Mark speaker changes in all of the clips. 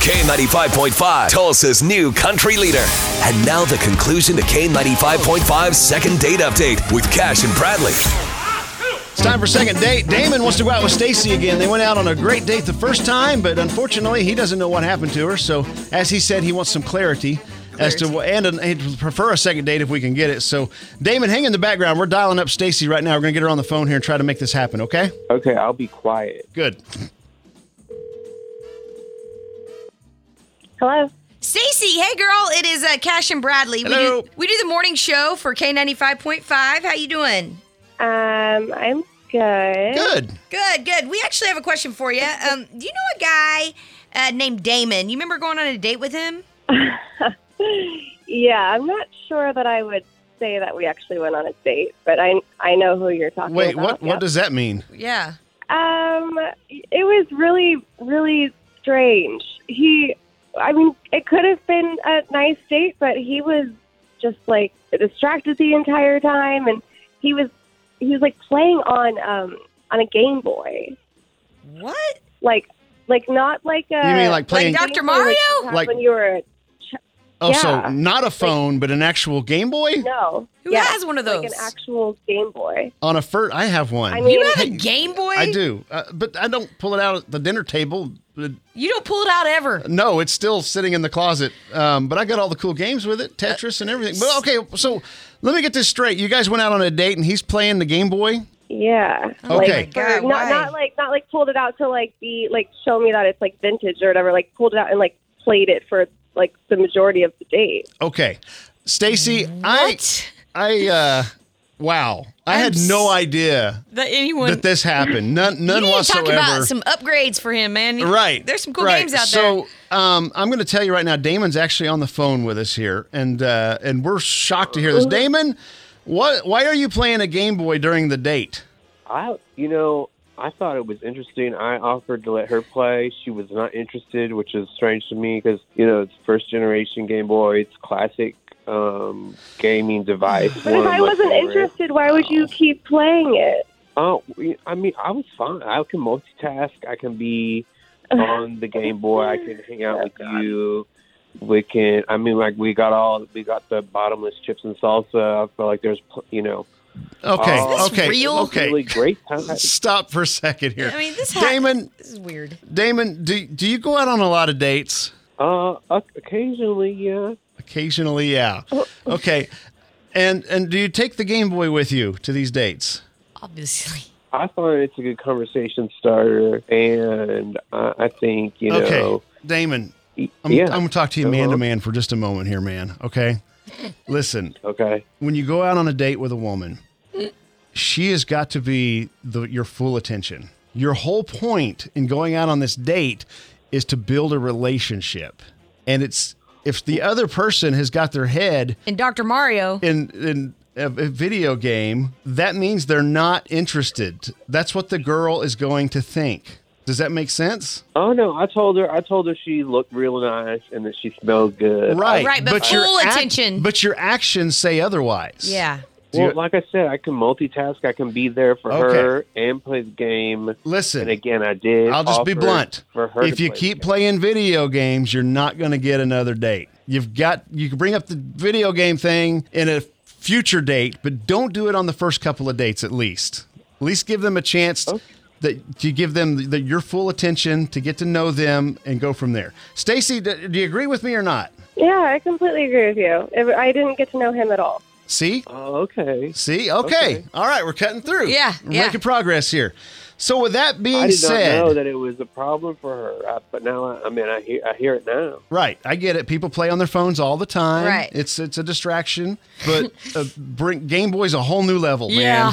Speaker 1: K95.5, Tulsa's new country leader. And now the conclusion to K95.5's second date update with Cash and Bradley.
Speaker 2: It's time for second date. Damon wants to go out with Stacy again. They went out on a great date the first time, but unfortunately, he doesn't know what happened to her. So, as he said, he wants some clarity, as to what, and an- he'd prefer a second date if we can get it. So, Damon, hang in the background. We're dialing up Stacy right now. We're gonna get her on the phone here and try to make this happen. Okay?
Speaker 3: Okay, I'll be quiet.
Speaker 2: Good.
Speaker 4: Hello.
Speaker 5: Stacy, hey girl, it is uh, Cash and Bradley.
Speaker 2: Hello.
Speaker 5: We do we do the morning show for K ninety five point five. How you doing?
Speaker 4: Um, I'm good.
Speaker 2: Good.
Speaker 5: Good, good. We actually have a question for you. Um, do you know a guy uh, named Damon? You remember going on a date with him?
Speaker 4: Yeah, I'm not sure that I would say that we actually went on a date, but I I know who you're talking
Speaker 2: Wait,
Speaker 4: about.
Speaker 2: what? What does that mean?
Speaker 5: Yeah.
Speaker 4: yeah. Um, it was really really strange. He, I mean, it could have been a nice date, but he was just like distracted the entire time, and he was he was like playing on um on a Game Boy,
Speaker 5: What?
Speaker 2: Oh,
Speaker 4: like like not like a
Speaker 2: You mean like playing-
Speaker 5: Like Dr. Mario?
Speaker 2: Like-
Speaker 4: like when you were a
Speaker 2: Oh, so
Speaker 4: Yeah.
Speaker 2: not a phone, but an actual Game Boy
Speaker 4: no
Speaker 5: Who
Speaker 4: Yeah.
Speaker 5: has one of those?
Speaker 4: like an actual Game Boy.
Speaker 2: on a fur. I have one.
Speaker 4: I mean,
Speaker 5: you have a Game Boy?
Speaker 2: I do, uh, but I don't pull it out at the dinner table. Uh,
Speaker 5: You don't pull it out ever.
Speaker 2: No, it's still sitting in the closet. Um, but I got all the cool games with it, Tetris and everything. But okay, so let me get this straight. You guys went out on a date and he's playing the Game Boy.
Speaker 4: yeah.
Speaker 2: Okay.
Speaker 5: Oh my God,
Speaker 4: not,
Speaker 5: why?
Speaker 4: not like not like pulled it out to like be like show me that it's like vintage or whatever. Like pulled it out and like played it for like the majority of the date.
Speaker 2: Okay, Stacy, I,
Speaker 5: What?
Speaker 2: I, uh, wow, I had
Speaker 5: I'm
Speaker 2: no
Speaker 5: s-
Speaker 2: idea
Speaker 5: That anyone.
Speaker 2: that this happened. None, none
Speaker 5: you need to
Speaker 2: whatsoever.
Speaker 5: talk about some upgrades for him, man.
Speaker 2: Right.
Speaker 5: There's some cool
Speaker 2: right.
Speaker 5: games out there.
Speaker 2: so, um, I'm going to tell you right now, Damon's actually on the phone with us here, and uh, and we're shocked to hear this. Damon, what? Why are you playing a Game Boy during the date?
Speaker 3: I, you know, I thought it was interesting. I offered to let her play. She was not interested, which is strange to me because you know it's first generation Game Boy. It's classic um, gaming device.
Speaker 4: But if I wasn't interested, why would you keep playing it?
Speaker 3: Oh, we- I mean, I was fine. I can multitask. I can be on the Game Boy. I can hang
Speaker 4: Oh,
Speaker 3: out with you. We can. I mean, like we got all we got the bottomless chips and salsa. I feel like there's, pl- you know,
Speaker 2: Okay.
Speaker 3: Oh. Is this
Speaker 2: okay.
Speaker 5: real?
Speaker 2: Okay.
Speaker 3: really great time.
Speaker 2: Stop for a second here.
Speaker 5: I mean, this ha-
Speaker 2: Damon,
Speaker 5: This is weird.
Speaker 2: Damon, do do you go out on a lot of dates?
Speaker 3: Uh, oc- occasionally, yeah.
Speaker 2: Occasionally, yeah. Okay. And and do you take the Game Boy with you to these dates?
Speaker 5: Obviously.
Speaker 3: I find it's a good conversation starter, and I, I think you
Speaker 2: Okay.
Speaker 3: know.
Speaker 2: Damon,
Speaker 3: y-
Speaker 2: I'm,
Speaker 3: yeah.
Speaker 2: I'm going to talk to you man to
Speaker 3: Uh-huh.
Speaker 2: man for just a moment here, man. Okay. Listen,
Speaker 3: Okay.
Speaker 2: when you go out on a date with a woman, she has got to be the, your full attention. Your whole point in going out on this date is to build a relationship. And it's if the other person has got their head
Speaker 5: And Dr. Mario.
Speaker 2: in in a, a video game, that means they're not interested. That's what the girl is going to think. Does that make sense?
Speaker 3: Oh no! I told her. I told her she looked real nice and that she smelled good.
Speaker 2: Right,
Speaker 5: Right, but
Speaker 2: your
Speaker 5: full
Speaker 2: act-
Speaker 5: attention.
Speaker 2: but your actions say otherwise.
Speaker 5: Yeah.
Speaker 2: Do you-
Speaker 3: Well, like I said, I can multitask. I can be there for
Speaker 2: Okay.
Speaker 3: her and play the game.
Speaker 2: Listen,
Speaker 3: And again, I did.
Speaker 2: I'll just be
Speaker 3: offer
Speaker 2: blunt.
Speaker 3: For her,
Speaker 2: if
Speaker 3: to
Speaker 2: you
Speaker 3: play
Speaker 2: keep
Speaker 3: the game.
Speaker 2: playing video games, you're not going to get another date. You've got you can bring up the video game thing in a future date, but don't do it on the first couple of dates at least. At least give them a chance that to give them the, your full attention to get to know them and go from there. Stacy, d- do you agree with me or not?
Speaker 4: Yeah, I completely agree with you. If- I didn't get to know him at all.
Speaker 2: See,
Speaker 3: Oh, okay.
Speaker 2: see, okay. all right, we're cutting through.
Speaker 5: Yeah,
Speaker 2: we're
Speaker 5: yeah.
Speaker 2: making progress here. So with that being
Speaker 3: I did
Speaker 2: said,
Speaker 3: not know that it was a problem for her, I, but now I, I mean, I hear, I hear it now.
Speaker 2: Right, I get it. People play on their phones all the time.
Speaker 5: Right.
Speaker 2: it's it's a distraction, but uh, bring Game Boy's a whole new level,
Speaker 5: Yeah.
Speaker 2: man.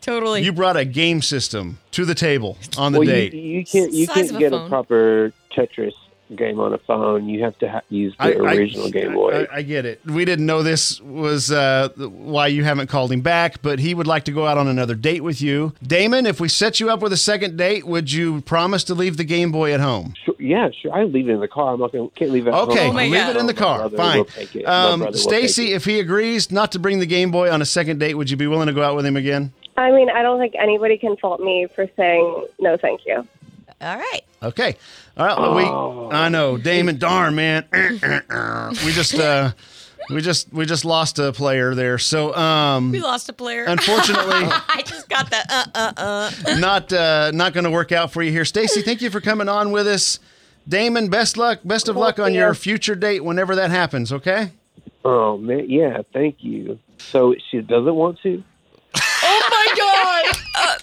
Speaker 5: Totally.
Speaker 2: You brought a game system to the table on the
Speaker 3: well,
Speaker 2: date.
Speaker 3: You, you can't, you
Speaker 5: Size of
Speaker 3: can't
Speaker 5: a
Speaker 3: get
Speaker 5: phone.
Speaker 3: a proper Tetris game on a phone. You have to ha- use the
Speaker 2: I- I-
Speaker 3: original Game Boy.
Speaker 2: I, I get it. We didn't know this was uh, why you haven't called him back, but he would like to go out on another date with you. Damon, if we set you up with a second date, would you promise to leave the Game Boy at home?
Speaker 3: Sure, yeah, sure. I leave it in the car. I'm not gonna can't leave it. at
Speaker 2: Okay,
Speaker 3: home.
Speaker 5: my
Speaker 2: leave
Speaker 5: God.
Speaker 2: it in the
Speaker 3: Oh My
Speaker 2: car.
Speaker 3: brother
Speaker 2: Fine.
Speaker 3: will take it. My brother
Speaker 2: Um,
Speaker 3: will
Speaker 2: Stacy,
Speaker 3: take it.
Speaker 2: if he agrees not to bring the Game Boy on a second date, would you be willing to go out with him again?
Speaker 4: I mean, I don't think anybody can fault me for saying no, thank you.
Speaker 5: All right.
Speaker 2: Okay. All right. well, We, I know, Damon. Darn, man. we just, uh, we just, we just lost a player there. So,
Speaker 5: We
Speaker 2: um,
Speaker 5: lost a player.
Speaker 2: unfortunately,
Speaker 5: I just got the uh uh uh.
Speaker 2: not, uh, not going to work out for you here. Stacy, thank you for coming on with us. Damon, best luck, best of luck on your future date whenever that happens. Okay.
Speaker 3: oh man, yeah, thank you. So she doesn't want to.
Speaker 5: Oh my god.